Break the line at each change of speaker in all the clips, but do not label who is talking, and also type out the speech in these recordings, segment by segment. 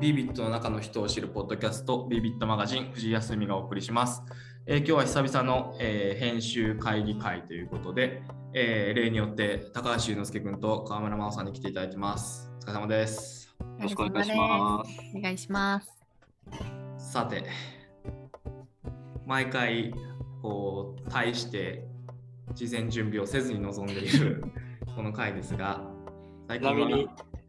ビビットの中の人を知るポッドキャスト、ビビットマガジン、藤井康美がお送りします。えー今日は久々の、えー編集会議会ということで、えー例によって高橋祐之介君と河村真央さんに来ていただいてます。お疲れ様です。
よ
よろしくお願いします。
す。お願いします。
さて、毎回、こう、対して、事前準備をせずに臨んでいるこの回ですが、最
ちなみに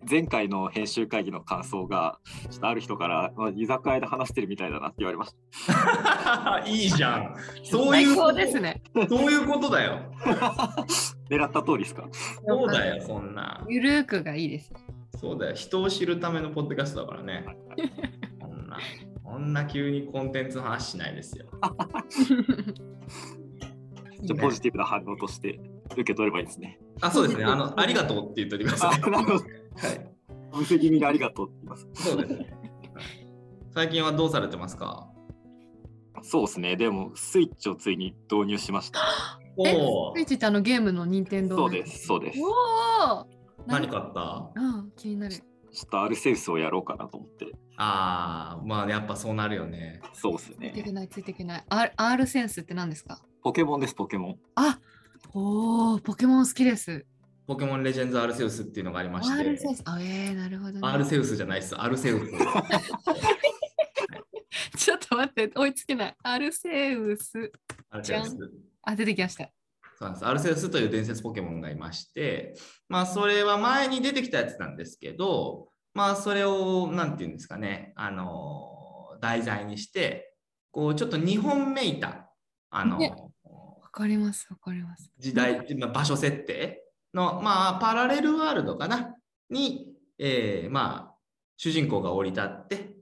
前回の編集会議の感想がちょっとある人から、まあ、居酒屋で話してるみたいだなって言われました。
は いいじゃん。そうい
最
う
高ですね。
そういうことだよ。
狙った通りですか
そうだよ、そんな。
ゆるーくがい いです。
そうだよ。人を知るためのポッドキャストだからね
は。いはい
こんな、こんな急にコンテンツの話しないですよ。
じゃあポジティブな反応として受け取ればいいですね。
あ、そうですね。あの、ありがとうって言っといてください。
あなるほど
はい。
お店気味にありがとうって言います。
そうですね。最近はどうされてますか
そうですね。でもスイッチをついに導入しました。
え
おお
スイッ、チってあのゲームの任天堂
そう
のや
で
つ
す。そうです。ちょ
おお。
何買った
うん、気になる。
っとアルセウスをやろうかなと思って。
あー、まあ、やっぱそうなるよね。
そうです
ついていけ
ね。
ない、ついていけない。R, R センスって何ですか
ポケモンです、ポケモン。
あおお、ポケモン好きです。
ポケモンレジェンズアルセウスっていうのがありまして。
R センス。あ、えー、なるほど、ね。
アルセウスじゃないです。アルセ ウス。
ちょっと待って、追いつけない。アルセウス。
アルセウス。
あ、出てきました。
そうなんです。アルセウスという伝説ポケモンがいまして、まあ、それは前に出てきたやつなんですけど、まあ、それを、なんていうんですかね、あの、題材にして、こう、ちょっと日本めいた、あの、
ねわかります、わかります。
時代、まあ場所設定の、まあ、パラレルワールドかな、に、えーまあ、主人公が降り立って、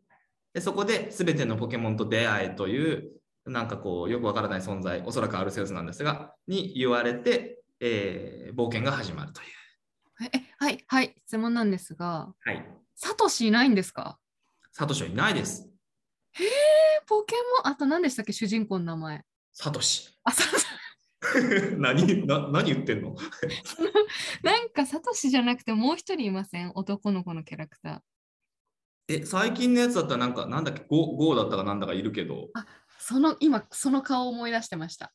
でそこで全てのポケモンと出会えという、なんかこう、よくわからない存在、おそらくアルセウスなんですが、に言われて、えー冒険が始まるという。
え、えはい、はい、質問なんですが、
はい。
サトシいないんですか
サトシはいないです。
えポケモン、あと何でしたっけ、主人公の名前。
サトシ。
あ、サトシ
何な何言ってんの
なんかサトシじゃなくてもう一人いません男の子のキャラクター。
え、最近のやつだったらなんか、なんだっけ、ゴゴーだったかなんだかいるけど、
その今その顔を思い出してました。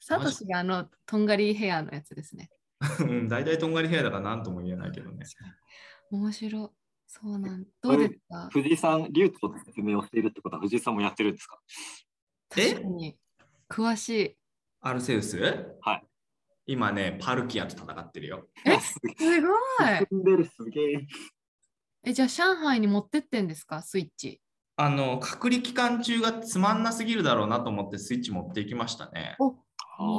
サトシがあのとんがりヘアのやつですね。
うん大体とんがりヘアだから何とも言えないけどね。
面白い。そうなん。どうですか
藤井さん、リュウツの説明をしているってことは藤井さんもやってるんですか
え
確かに詳しい。
アルセウス
はい。
今ね、パルキアと戦ってるよ。
え
す
すごい。
進んでる、すげえ。
えじゃあ上海に持ってってんですかスイッチ。
あの、隔離期間中がつまんなすぎるだろうなと思ってスイッチ持っていきましたね。
おいい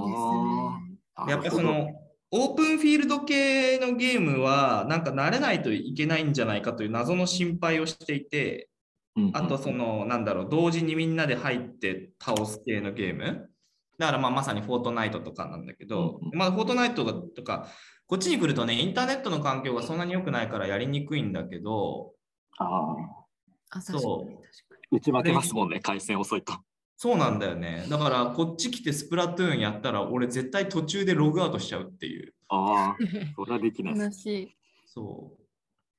あー
やっぱそ、
なるほど
の、オープンフィールド系のゲームは、なんか慣れないといけないんじゃないかという謎の心配をしていて、
うんうん
あとその、なんだろう、同時にみんなで入って倒す系のゲーム。だからまあまさにフォートナイトとかなんだけど
うん、うん
まあフォートナイトとか、こっちに来るとね、インターネットの環境がそんなに良くないからやりにくいんだけど、
あー
あ確かに
そう
確か
打ち負けますもんね、回線遅いと。
そうなんだよね。だから、こっち来てスプラトゥーンやったら、俺絶対途中でログアウトしちゃうっていう。
ああ、
に。
それはできないで
悲
す。
しい。
そ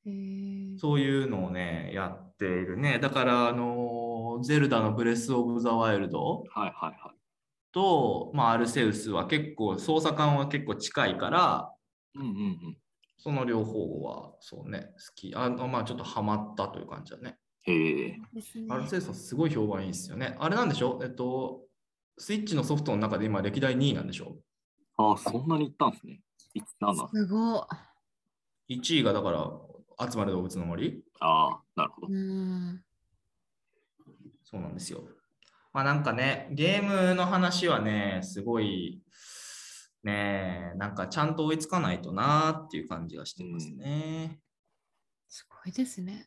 えー
う。そういうのをね、やっているね。だから、あのーゼルダのブレス・オブ・ザ・ワイルド
はいはいは
と、まあ、アルセウスは結構、操作感は結構近いから、
い。うんうんうん。
その両方は、そうね、好き。あのまあ、ちょっとハマったという感じだね。
へえ。
ですね
アルセウスはすごい評判いいですよね。あれなんでしょえっと、スイッチのソフトの中で今、歴代2位なんでしょ
ああ、そんなにいったんですね。いつなんなん
すごい。
?1 位が、だから、集まる動物の森
ああ、なるほど。
うん。
そうなんですよ。まあなんかね、ゲームの話はね、すごい、ねえ、なんかちゃんと追いつかないとなーっていう感じがしてますね。
すごいですね。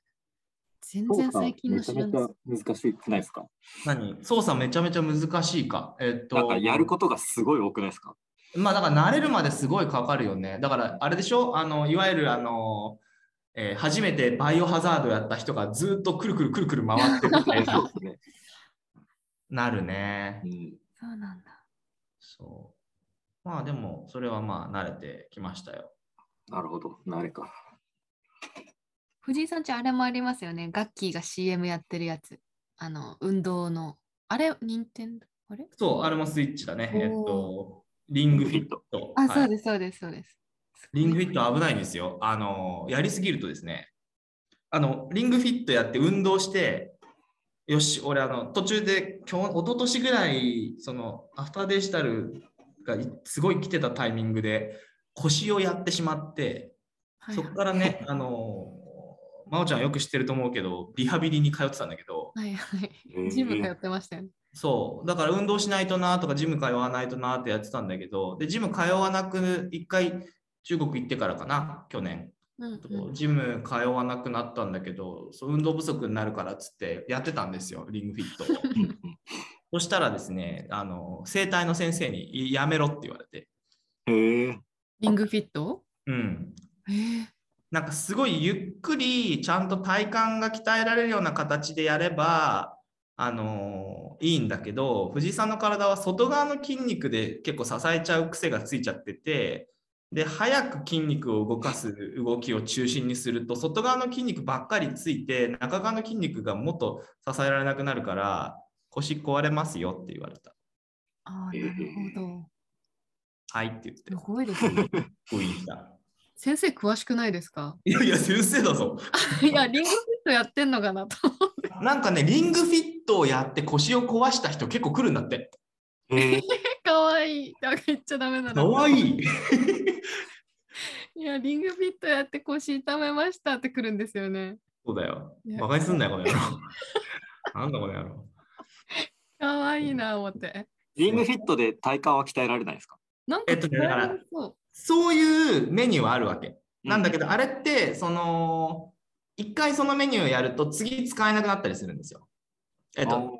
全然最近の知らない。
難しいくないですか
何操作めちゃめちゃ難しいか。えっと、
なんかやることがすごい多くないですか
まあだから慣れるまですごいかかるよね。だからあれでしょあの、いわゆるあの、えー初めてバイオハザードやった人がずっとくるくるくるくる回ってるみたい
そ
な
う ですね。
なるね
う。ん、
そうなんだ。
そう。まあでも、それはまあ慣れてきましたよ。
なるほど。慣れか。
藤井さんちあれもありますよね。ガッキーが CM やってるやつ。あの、運動の。あれ、任天堂あれ
そう、あれもスイッチだね。
おー
えっと、リングフィット。
あ、
はい
そうです、そうです、そうです。
リングフィット危ないんですよ。あの、やりすぎるとですね、あの、リングフィットやって運動して、よし、俺、あの、途中で、今日、一昨年ぐらい、その、アフターデジタルがいすごい来てたタイミングで、腰をやってしまって、
はい
そこからね、あの、真央ちゃんよく知ってると思うけど、リハビリに通ってたんだけど、
はいはい。
えー
ジム通ってましたよね。
そう、だから運動しないとなとか、ジム通わないとなってやってたんだけど、で、ジム通わなく、一回、中国行ってからかな、去年。
うんうん
ジム通わなくなったんだけど、そう運動不足になるからっつってやってたんですよ、リングフィットを。
うんうん
そしたらですね、あの整体の先生にいやめろって言われて、
へえ。
リングフィット
うん、
えー、
なんかすごいゆっくり、ちゃんと体幹が鍛えられるような形でやれば、あのいいんだけど、藤井さんの体は外側の筋肉で結構支えちゃう癖がついちゃってて、で早く筋肉を動かす動きを中心にすると外側の筋肉ばっかりついて中側の筋肉がもっと支えられなくなるから腰壊れますよって言われた。
ああ、な
えー
るほど。
はいって言って
す、ごいで すね。
封印した。
先生詳しくないですか
いやいや、先生だぞ。
いや、リングフィットやってんのかなと。
なんかね、リングフィットをやって腰を壊した人結構来るんだって。
へえ。
かわいい。だから言っちゃダメだな。
かわいい。
いや、リングフィットやって腰痛めましたってくるんですよね。
そうだよ。
いや
馬鹿にすんなよ、この 野郎。なんだこの野郎。
かわいいな、思って。
リングフィットで体幹は鍛えられない ですか。
なんか
えっとねだから
そう。
そういうメニューはあるわけ。なんだけ
ど。
ど、あれって、その、一回そのメニューをやると次使えなくなったりするんですよ。えっと、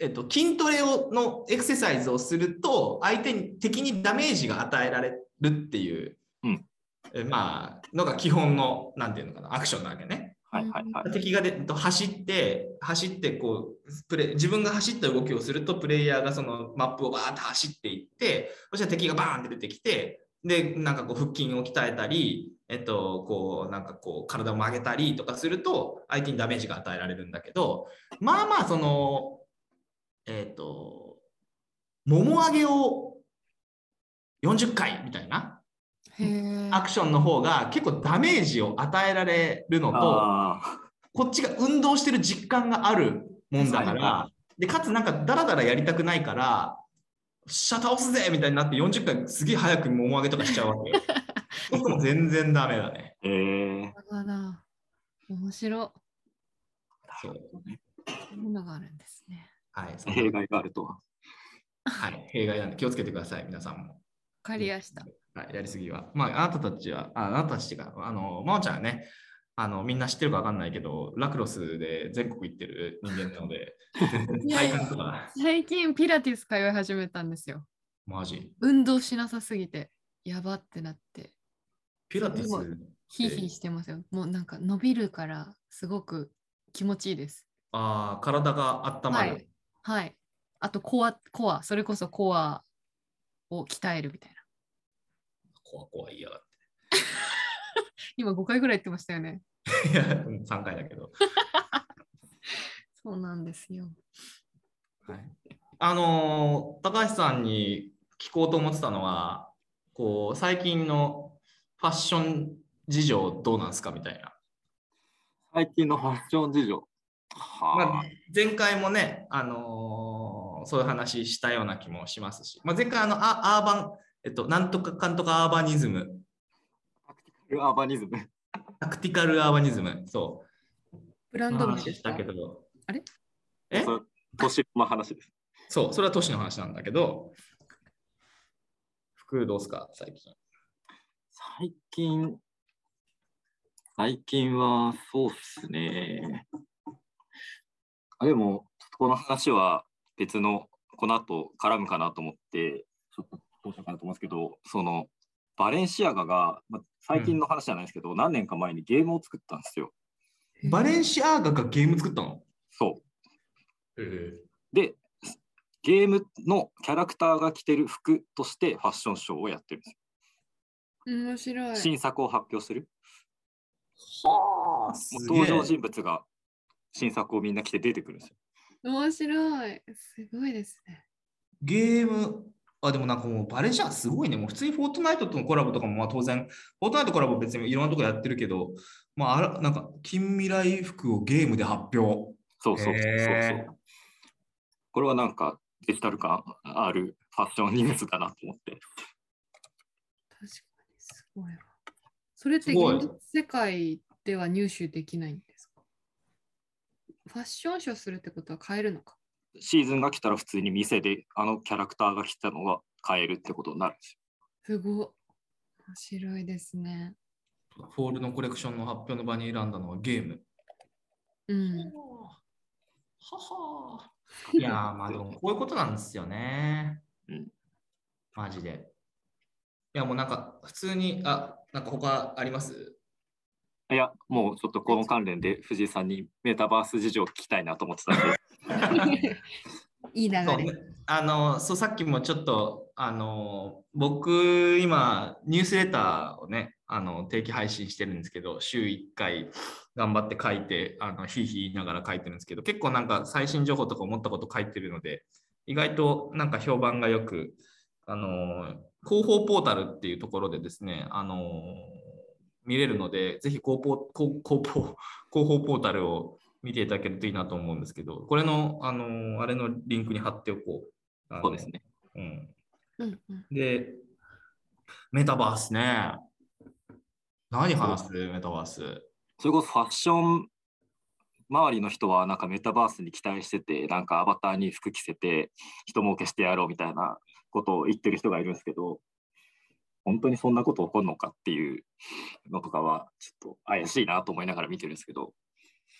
えっと、筋トレをのエクササイズをすると相手に敵にダメージが与えられるっていう、
うん
えまあのが基本のなんていうのかなアクションなわけね。
はいはいはい。
敵がでえっと走って走ってこうプレイ自分が走った動きをするとプレイヤーがそのマップをバーッと走っていってそしたら敵がバーンって出てきてでなんかこう腹筋を鍛えたり、えっと、こうなんかこう体を曲げたりとかすると相手にダメージが与えられるんだけどまあまあそのえっともも上げを40回みたいな
へえ。
アクションの方が結構ダメージを与えられるのと。
あ
こっちが運動してる実感があるもんだか
はい
ら
は、
でかつなんかダラダラやりたくないから、シャ倒すぜみたいになって40回すげえ早くもも上げとかしちゃうわけ よ。僕も全然ダメだね。
あ。へえ。
なるほど面白
そう
い。そういうのがあるんですね。
はい、そんな
弊害があるとは。
はい、弊害なんで気をつけてください、皆さんも。
わかりやした。
はい、やりすぎは。まあ、あなたたちは、ああなたたちが、あの、まおちゃんはね、あのみんな知ってるか分かんないけど、ラクロスで全国行ってる人間なの で、
いやい
体
や
感とか、
最近ピラティス通い始めたんですよ。
マジ。
運動しなさすぎて、やばってなって、
ピラティ
すごい
ス、
ヒーヒーしてますよ。もうなんか伸びるから、すごく気持ちいいです。
あー体が温ま
は
る。
い。はい。あと、コア、コア、それこそコアを鍛えるみたいな。
怖い怖い言いやがっ
今5回ぐらい言ってましたよね。
て。 いや、3回だけど。
そうなんですよ。
はい、あのー高橋さんに聞こうと思ってたのは、こう、最近のファッション事情どうなんですかみたいな。
最近のファッション事情。
まあ
はあ。、
前回もね、あのーそういう話したような気もしますし、まあ、前回あのア、アーバン、えっと、なんとかかんとかアーバニズム
アーバニズム。
タクティカルアーバニズム、そ
ブラ
う、
ンド名
話
で
し
す
た
か
けど。
あれ
え
それ年の話です。
そう、それは都市の話なんだけど、服どうすか、最近。
最近、最近はそうっすね。あでも、ちょっとこの話は別の、この後絡むかなと思って、ちょっとどうしようかなと思うんですけど、その、バレンシアガが、まあ、最近の話じゃないですけど、何年か前にゲームを作ったんですよ。
バレンシアーガがゲーム作ったの
そう。
え
で、ゲームのキャラクターが着てる服としてファッションショーをやってるんですよ。
面白い。
新作を発表する。
はあ、すげえ
登場人物が新作をみんな来て出てくるんですよ。
面白い。すごいですね。
ゲーム、あ、でもなんかもうバレじゃん、すごいね。もう普通にフォートナイトとのコラボとかも、まあ当然、フォートナイトコラボ別にいろんなとこやってるけど、まああら、なんか近未来服をゲームで発表。
そうそうそう
へー
そう。これはなんかデジタル感あるファッションニュースだなと思って。
確かにすごいわ。それって
すごい
現実世界では入手できないんですかファッションショーするってことは買えるのか
シーズンが来たら普通に店であのキャラクターが来たのが買えるってことになるんですよ。
すごい。面白いですね。
フォールのコレクションの発表の場に選んだのはゲーム。
うん。
ははいやー、まあでもこういうことなんですよね。
うん
マジで。いや、もうなんか普通に、あ、なんか他あります
いや、もうちょっとこの関連で藤井さんにメタバース事情を聞きたいなと思ってたんで、
いい流
そう
れ。
あのそうさっきもちょっとあの僕今ニュースレターをねあの定期配信してるんですけど週1回頑張って書いてあのひいひい言いながら書いてるんですけど結構なんか最新情報とか思ったこと書いてるので意外となんか評判がよくあの広報ポータルっていうところでですねあの見れるのでぜひ広報広広報広報ポータルを見ていただけるといいなと思うんですけど、これの、あのーあれのリンクに貼っておこう。あの
そうですね。
うん
うんうん、
で、メタバースね。何話すメタバース。
それこそファッション周りの人はなんかメタバースに期待してて、なんかアバターに服着せて、人儲けしてやろうみたいなことを言ってる人がいるんですけど、本当にそんなこと起こるのかっていうのとかは、ちょっと怪しいなと思いながら見てるんですけど、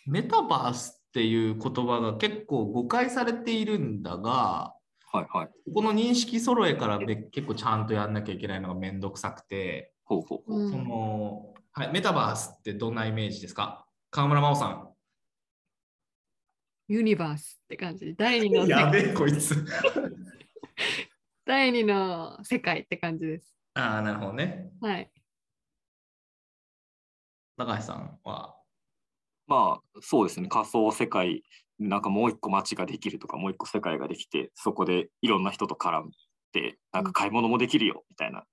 メタバースっていう言葉が結構誤解されているんだが、
はいはい、
ここの認識揃えからべ結構ちゃんとやんなきゃいけないのがめんどくさくて、
ほうほうほう。
うん
そのはい、メタバースってどんなイメージですか河村真央さ ん。
ユニバースって感じで第二の世
べえ、こいつ。
第二の世界って感じです。
ああ、なるほどね。
はい。
高橋さんは。
まあそうですね仮想世界なんかもう一個街ができるとかもう一個世界ができてそこでいろんな人と絡んでなんか買い物もできるよみたいな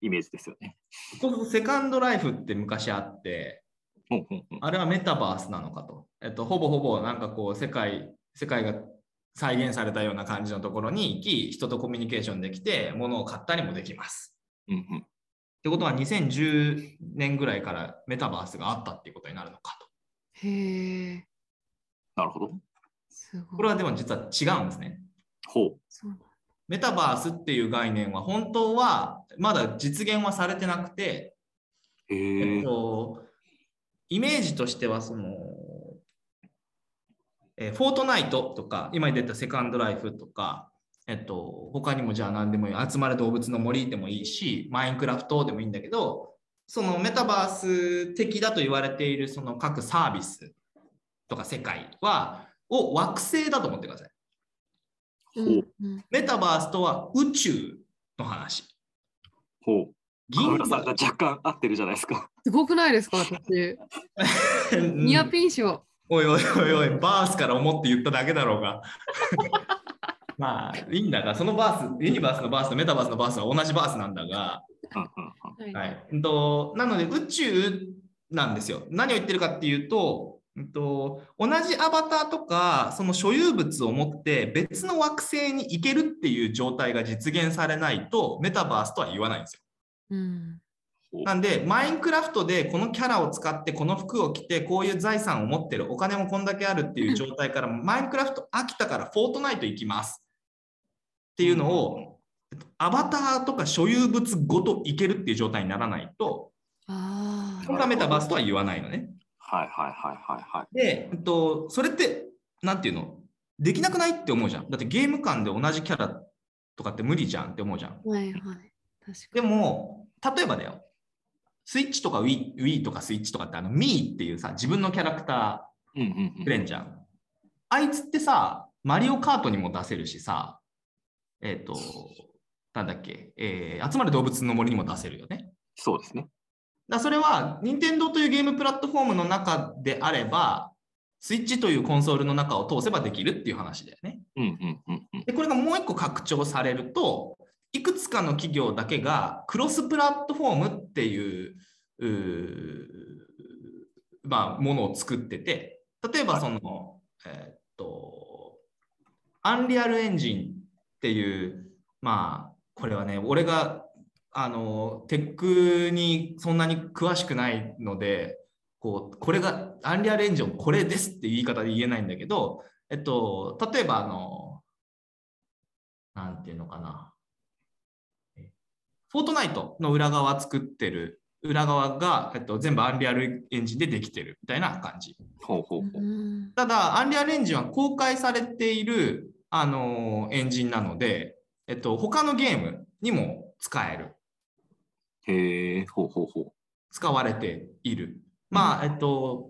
イメージですよね。
そうするとセカンドライフって昔あって、
うんうんうん、
あれはメタバースなのかと。えっと、ほぼほぼなんかこう世界、世界が再現されたような感じのところに行き、人とコミュニケーションできて、物を買ったりもできます。
うんうん、
ってことは2010年ぐらいからメタバースがあったっていうことになるのかと。
へえ。
なるほど。
すごい。
これはでも実は違うんですね。
ほう
そうなんだ
メタバースっていう概念は本当はまだ実現はされてなくて、
へ
え
え
っと、イメージとしてはその、えーフォートナイトとか、今出たセカンドライフとか、えっと、他にもじゃあ何でもいい、集まれ動物の森でもいいし、マインクラフトでもいいんだけど、そのメタバース的だと言われているその各サービスとか世界は、を惑星だと思ってください。
ほ
うん
う
うん
メタバースとは宇宙の話。
ほう。河
銀
村さんが若干合ってるじゃないですか。
すごくないですか私。ニアピン賞。
おいおいおいおい、バースから思って言っただけだろうが。まあ、いいんだが、そのバース、ユニバースのバースとメタバースのバースは同じバースなんだが、
うんうんうん
は
はい
いうんと、なので宇宙なんですよ。何を言ってるかっていうと、うんと同じアバターとかその所有物を持って別の惑星に行けるっていう状態が実現されないとメタバースとは言わないんですよ。
うん。
なんで、マインクラフトでこのキャラを使って、この服を着て、こういう財産を持ってる、お金もこんだけあるっていう状態から、マインクラフト飽きたからフォートナイト行きますっていうのを、えっとアバターとか所有物ごと行けるっていう状態にならないと、
あ
こ
あ。
れはメタバースとは言わないのね。
はいはいはいはいはい。
で、えっと、それって、なんていうのできなくないって思うじゃん。だってゲーム間で同じキャラとかって無理じゃんって思うじゃん。
はいはい。確か
で
に。
も、例えばだよ、スイッチとか Wii, Wii とかスイッチとかってあの Mii っていうさ、自分のキャラクタ
うんうんう
ー
ん
くれんじゃん。あいつってさ、マリオカートにも出せるしさ、えっ、と、なんだっけ、えー集まる動物の森にも出せるよね。
そうですね。
だからそれは、任天堂というゲームプラットフォームの中であれば、スイッチというコンソールの中を通せばできるっていう話だよね。
うんうんうんうん。
で、これがもう一個拡張されると、いくつかの企業だけがクロスプラットフォームっていう、うーまあ、ものを作ってて、例えばその、えーっと、アンリアルエンジンっていう、まあ、これはね、俺が、あの、テックにそんなに詳しくないので、こう、これが、アンリアルエンジンこれですっていう言い方で言えないんだけど、えっと、例えば、あの、なんていうのかな。えフォートナイトの裏側作ってる、裏側が、えっと、全部アンリアルエンジンでできてるみたいな感じ。
ほうほうほう。
ん
ただ、アンリアルエンジンは公開されている、あのエンジンなので、えっと、他のゲームにも使える。
へえ、ほうほうほう。
使われている。まあ、えっと、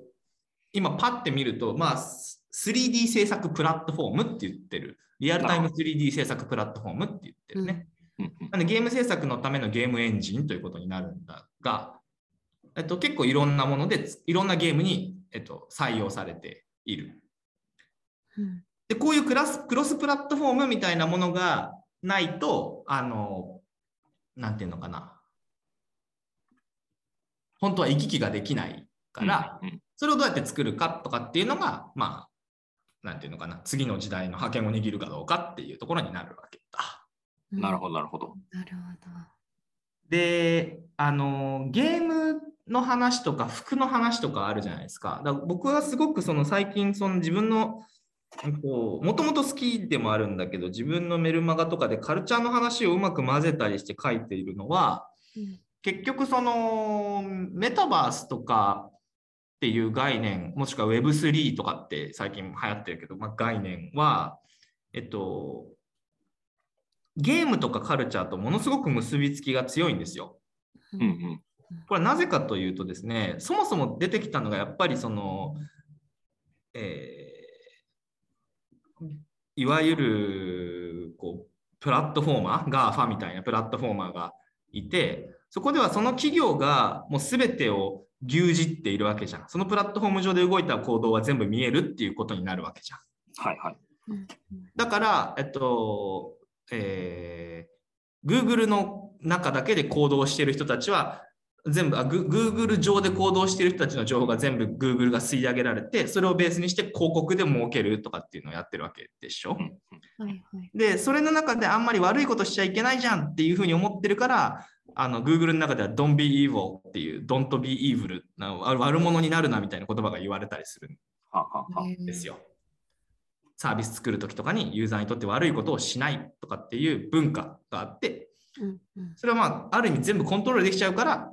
今パッて見ると、まあ、す 3D 制作プラットフォームって言ってる。リアルタイム 3D 制作プラットフォームって言ってるね。
うんうん
なんでゲーム制作のためのゲームエンジンということになるんだが、えっと、結構いろんなもので、いろんなゲームに、えっと、採用されている。
うん
で、こういうクラスクロスプラットフォームみたいなものがないと、あの、なんていうのかな。本当は行き来ができないから、、
うん
それをどうやって作るかとかっていうのが、まあ、なんていうのかな、次の時代の覇権を握るかどうかっていうところになるわけだ。
うんなるほど、なるほど。
なるほど。
で、あの、ゲームの話とか服の話とかあるじゃないですか。だから僕はすごくその最近、その自分のもともと好きでもあるんだけど自分のメルマガとかでカルチャーの話をうまく混ぜたりして書いているのは
うん
結局そのメタバースとかっていう概念もしくは Web3 とかって最近流行ってるけど、まあ、概念はえっとゲームとかカルチャーとものすごく結びつきが強いんですよ。
う
うんうん。
これはなぜかというとですね、そもそも出てきたのがやっぱりその、えーいわゆるこうプラットフォーマー、GAFA みたいなプラットフォーマーがいて、そこではその企業がもう全てを牛耳っているわけじゃん。そのプラットフォーム上で動いた行動は全部見えるっていうことになるわけじゃん。
はいはい。
うん
だから、えっと、えー Google の中だけで行動している人たちは、全部あ、グ Google 上で行動している人たちの情報が全部 Google が吸い上げられて、それをベースにして広告で儲けるとかっていうのをやってるわけでしょ。
うんうん
はいはい。
で、それの中であんまり悪いことしちゃいけないじゃんっていうふうに思ってるから、あの Google の中では Don't be evil っていう、Don't be evil な悪者になるなみたいな言葉が言われたりする
はあはあはあ。
うん
ですよ。サービス作るときとかにユーザーにとって悪いことをしないとかっていう文化があって、
うんうん
それはまあ、ある意味全部コントロールできちゃうから、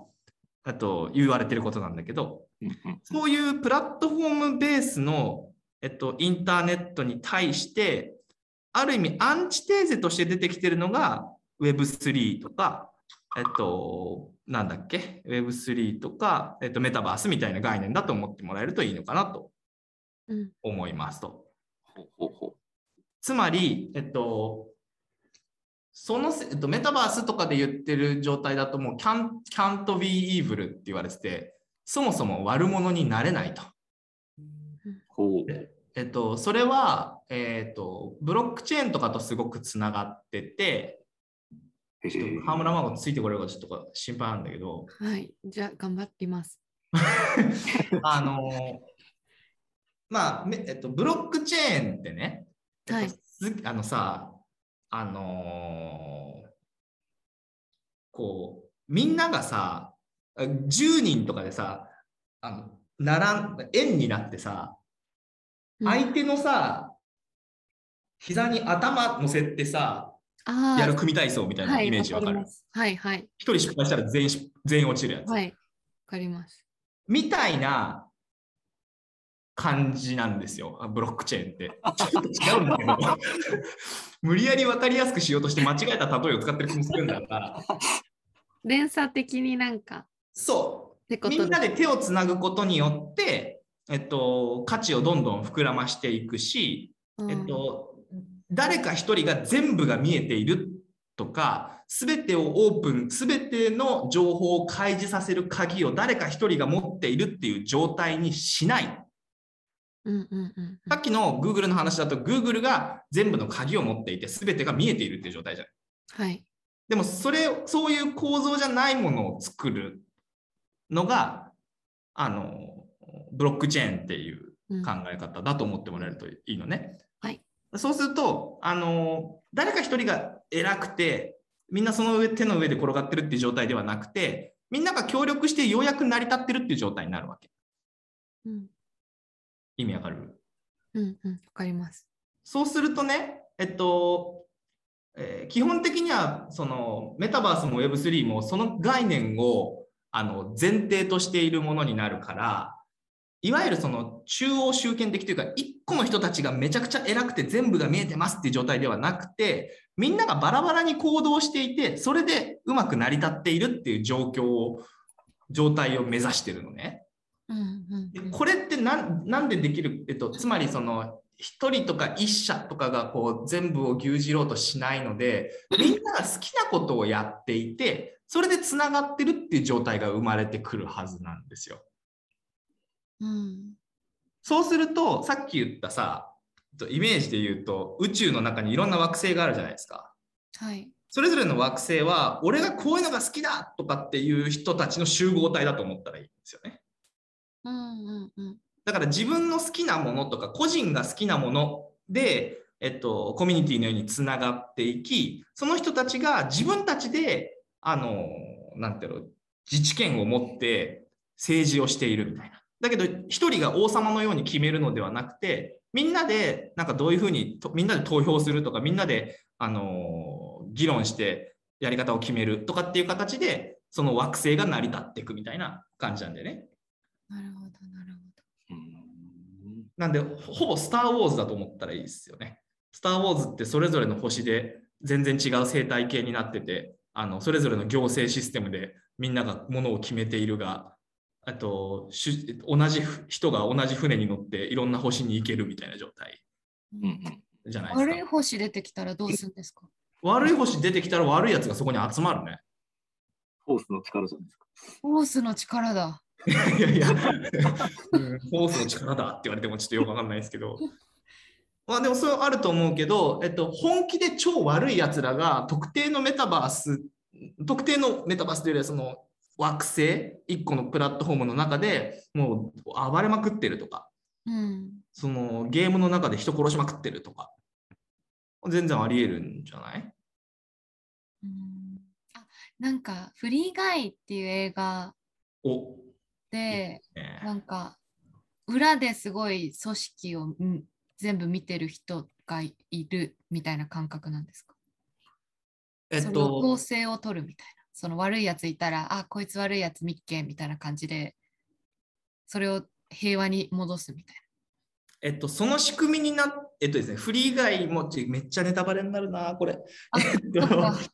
あと言われてることなんだけど、
うんうん
そういうプラットフォームベースの、えっと、インターネットに対して、ある意味アンチテーゼとして出てきてるのが Web3 とか、えっと、なんだっけ ?Web3 とか、えっと、メタバースみたいな概念だと思ってもらえるといいのかなと
うん
思いますと。
ほうほうほ
つまり、えっと、そのせ、えっと、メタバースとかで言ってる状態だと、もう can't, can't be evil って言われてて、そもそも悪者になれないと。
う。ほう。
えっと、それは、えっと、ブロックチェーンとかとすごくつながってて、
へ
ちょっと
え。
河村真帆ついてこれるかちょっと心配なんだけど、
はい。じゃあ頑張ります。
あの、まあ、めえっと、ブロックチェーンってね、
は
えっ
い
と。すあのさ、あのーこう、みんながさ、あ10人とかでさ、あの、並ん、円になってさ、
うん
相手のさ、膝に頭乗せてさ、
あー
やる組体操みたいなイメージわかる
はい、りま。すはいはい。
一、人失敗したら全員し全員落ちるやつ。
はい。わかります。
みたいな感じなんですよ、あブロックチェーン って。ちょっと違うんだけど、無理やり分かりやすくしようとして間違えた例えを使ってる気もするんだが、
連鎖的になんかっ
そ
てこ
う、
と
み
で
んなで手をつなぐことによって、えっと、価値をどんどん膨らましていくし、
うん
えっと、誰か一人が全部が見えているとか、すべてをオープン、すべての情報を開示させる鍵を誰か一人が持っているっていう状態にしない。
うんうんうん
さっきの Google の話だと、Google が全部の鍵を持っていて、すべてが見えているっていう状態じゃん。
はい
でも、それを、そういう構造じゃないものを作るのが、あの、ブロックチェーンっていう
うん
考え方だと思ってもらえるといいのね。
はい
そうすると、あの誰か一人が偉くて、みんなその上手の上で転がってるっていう状態ではなくて、みんなが協力してようやく成り立ってるっていう状態になるわけ。
うん
意味わかる
うんうんわかります
そうするとね、えっと、えー基本的にはそのメタバースも Web3 もその概念をあの前提としているものになるからいわゆるその中央集権的というか一個の人たちがめちゃくちゃ偉くて全部が見えてますっていう状態ではなくてみんながバラバラに行動していてそれでうまく成り立っているっていう状況を状態を目指してるのね。
うんうん
で
うん
これってなんなんでできる、えっと、つまりその一人とか一社とかがこう全部を牛耳ろうとしないのでみんなが好きなことをやっていてそれでつながってるっていう状態が生まれてくるはずなんですよ。
うん
そうするとさっき言ったさえっとイメージで言うと宇宙の中にいろんな惑星があるじゃないですか。
はい
それぞれの惑星は俺がこういうのが好きだとかっていう人たちの集合体だと思ったらいいんですよね。
うんうんうん
だから自分の好きなものとか個人が好きなもので、えっと、コミュニティのようにつながっていきその人たちが自分たちであのなんていうの自治権を持って政治をしているみたいな。だけど一人が王様のように決めるのではなくてみんなでなんかどういうふうにとみんなで投票するとかみんなであの議論してやり方を決めるとかっていう形でその惑星が成り立っていくみたいな感じなんでね。
なるほどなるほど
うん
なんで、ほほぼスター・ウォーズだと思ったらいいですよね。スター・ウォーズってそれぞれの星で全然違う生態系になってて、あのそれぞれの行政システムでみんながものを決めているが、あとしゅ同じ人が同じ船に乗っていろんな星に行けるみたいな状態
うんうん
じゃないですか。
悪い星出てきたらどうするんですか
悪い星出てきたら悪いやつがそこに集まるね。
フォースの力じゃないですか。
フォースの力だ
いやいや、うんフォースの力だって言われてもちょっとよくわかんないですけど。まあでもそれはあると思うけど、えっと、本気で超悪いやつらが特定のメタバース、特定のメタバースというよりはその惑星、1個のプラットフォームの中でもう暴れまくってるとか、
うん
そのゲームの中で人殺しまくってるとか、全然あり得るんじゃない
うんあなんか「フリーガイ」っていう映画
お、
で
ね
なんか裏ですごい組織をうん全部見てる人がいるみたいな感覚なんですか、
えっ
その
と
構、成を取るみたいなその悪いやついたらあこいつ悪いやつ見っけみたいな感じでそれを平和に戻すみたい
えっと、その仕組みになっえっとですね、フリー以外も、ちょめっちゃネタバレになるな、これ。
あ
えっ
な。そっ
と
か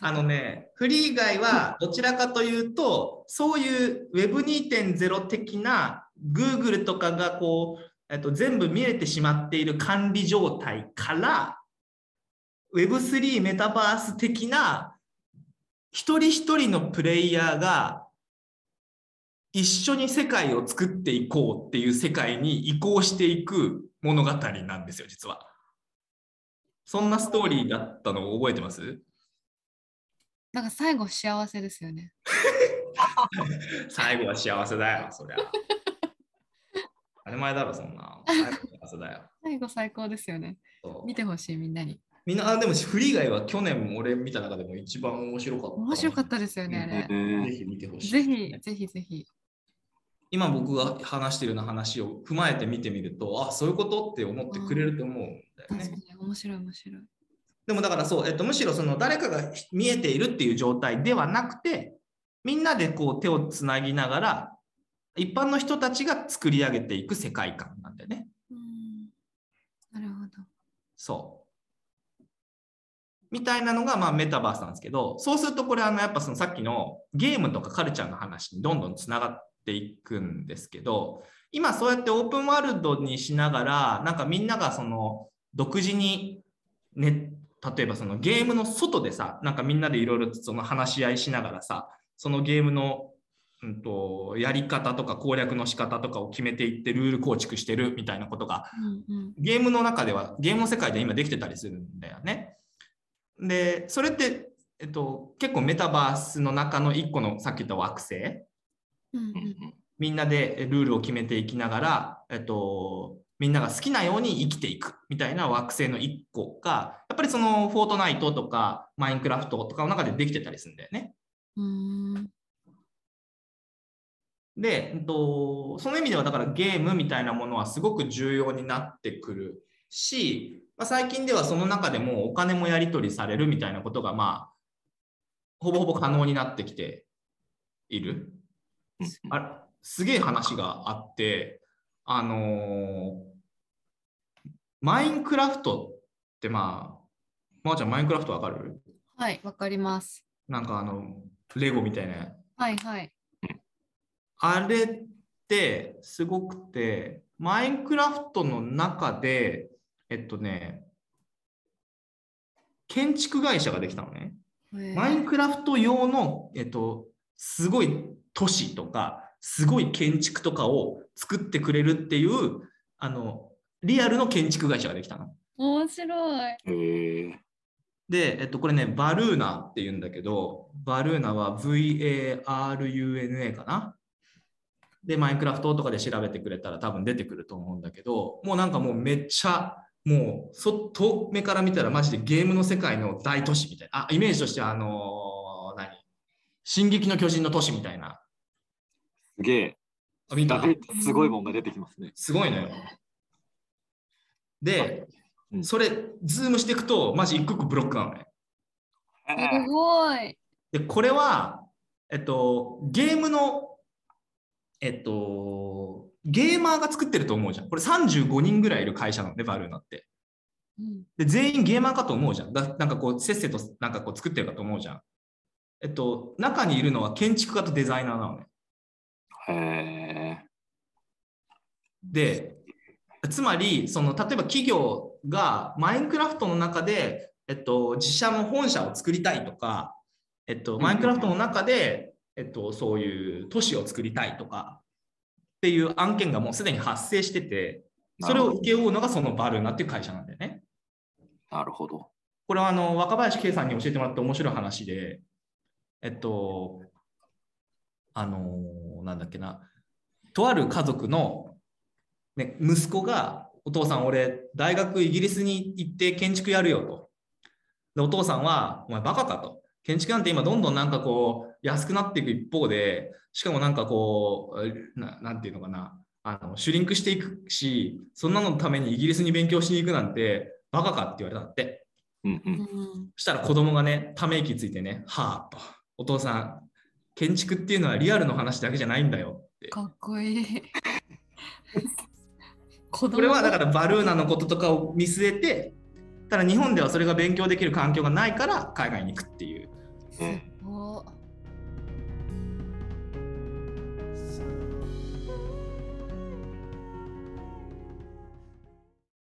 あのね、フリー以外はどちらかというと、そういう Web2.0 的な Google とかがこう、えっと、全部見えてしまっている管理状態から、Web3 メタバース的な一人一人のプレイヤーが一緒に世界を作っていこうっていう世界に移行していく物語なんですよ、実は。そんなストーリーだったのを覚えてます
なんか最後幸せですよね。
最後は幸せだよ、そり ゃ。当たり前だろ、そんな。最後は幸せだよ。
最後最高ですよね。
そう
見てほしいみんなに。
みんな、あでもフリー以外は去年俺見た中でも一番面白かった。
面白かったですよね、あ
うん
れ。
え
ぜひ見てほしい。
ぜひ、ぜひぜひ。
今僕が話してるような話を踏まえて見てみると、あ、そういうことって思ってくれると思うんだよ
確
ね
か。に面白い面白い。
でもだからそう、えっと、むしろその誰かが見えているっていう状態ではなくて、みんなでこう手をつなぎながら、一般の人たちが作り上げていく世界観なんだよね。
うんなるほど。
そう。みたいなのがまあメタバースなんですけど、そうするとこれあのやっぱそのさっきのゲームとかカルチャーの話にどんどんつながっていくんですけど、今そうやってオープンワールドにしながら、なんかみんながその独自にネッ例えばそのゲームの外でさなんかみんなでいろいろその話し合いしながらさそのゲームの、うん、とやり方とか攻略の仕方とかを決めていってルール構築してるみたいなことが
うんうん
ゲームの中ではゲームの世界で今できてたりするんだよね。でそれって、えっと、結構メタバースの中の1個のさっき言った惑星
うん
うん
うん
みんなでルールを決めていきながら、えっと、みんなが好きなように生きていくみたいな惑星の一個がやっぱりそのフォートナイトとかマインクラフトとかの中でできてたりするんだよね。
うーん
で、えっと、その意味ではだからゲームみたいなものはすごく重要になってくるし、まあ、最近ではその中でもお金もやり取りされるみたいなことがまあほぼほぼ可能になってきている。
うん
あれすげえ話があって、あのーマインクラフトってまあ、まーちゃんマインクラフトわかる
はい、わかります。
なんかあの、レゴみたいなやつ
はいはい。
あれってすごくて、マインクラフトの中で、えっとね、建築会社ができたのね。マインクラフト用の、えっと、すごい都市とか、すごい建築とかを作ってくれるっていう、あの、リアルの建築会社ができたの。
面白い。
えー、
で、えっと、これね、バルーナって言うんだけど、バルーナは VARUNA かなで、マインクラフトとかで調べてくれたら多分出てくると思うんだけど、もうなんかもうめっちゃ、もう、そ遠目から見たらマジでゲームの世界の大都市みたいな。あ、イメージとしてはあのー何進撃の巨人の都市みたいな。
すげえ。
あ見た
だいぶすごいもんが出てきますね。
すごいのよ。で、
うん
それ、ズームしていくと、マジ一個一個ブロックなのね。
すごい。
で、これは、えっと、ゲームの、えっと、ゲーマーが作ってると思うじゃん。これ35人ぐらいいる会社なので、バルーナって。
うん
で、全員ゲーマーかと思うじゃん。だなんかこう、せっせとなんかこう作ってるかと思うじゃん。えっと、中にいるのは建築家とデザイナーなのね。
へえ
で、つまり、その、例えば企業がマインクラフトの中で、えっと、自社の本社を作りたいとか、えっと、
ん
マインクラフトの中で、えっと、そういう都市を作りたいとかっていう案件がもうすでに発生してて、それを請け負うのがそのバルーナっていう会社なんだよね。
なるほど。
これはあの若林圭さんに教えてもらって面白い話で、えっと、あのなんだっけな、とある家族の、ね、息子が、お父さん、俺、大学イギリスに行って建築やるよと。で、お父さんは、お前、バカかと。建築なんて今、どんどんなんかこう、安くなっていく一方で、しかもなんかこう、ななんていうのかな、あのシュリンクしていくし、そんなのためにイギリスに勉強しに行くなんて、バカかって言われたんだって。
うんう。
うんん
そしたら子供がね、ため息ついてね、はあと、お父さん、建築っていうのはリアルの話だけじゃないんだよって。
かっこ いい。 子供
これはだからバルーナのこととかを見据えて、ただ日本ではそれが勉強できる環境がないから海外に行くっていう。
お
さ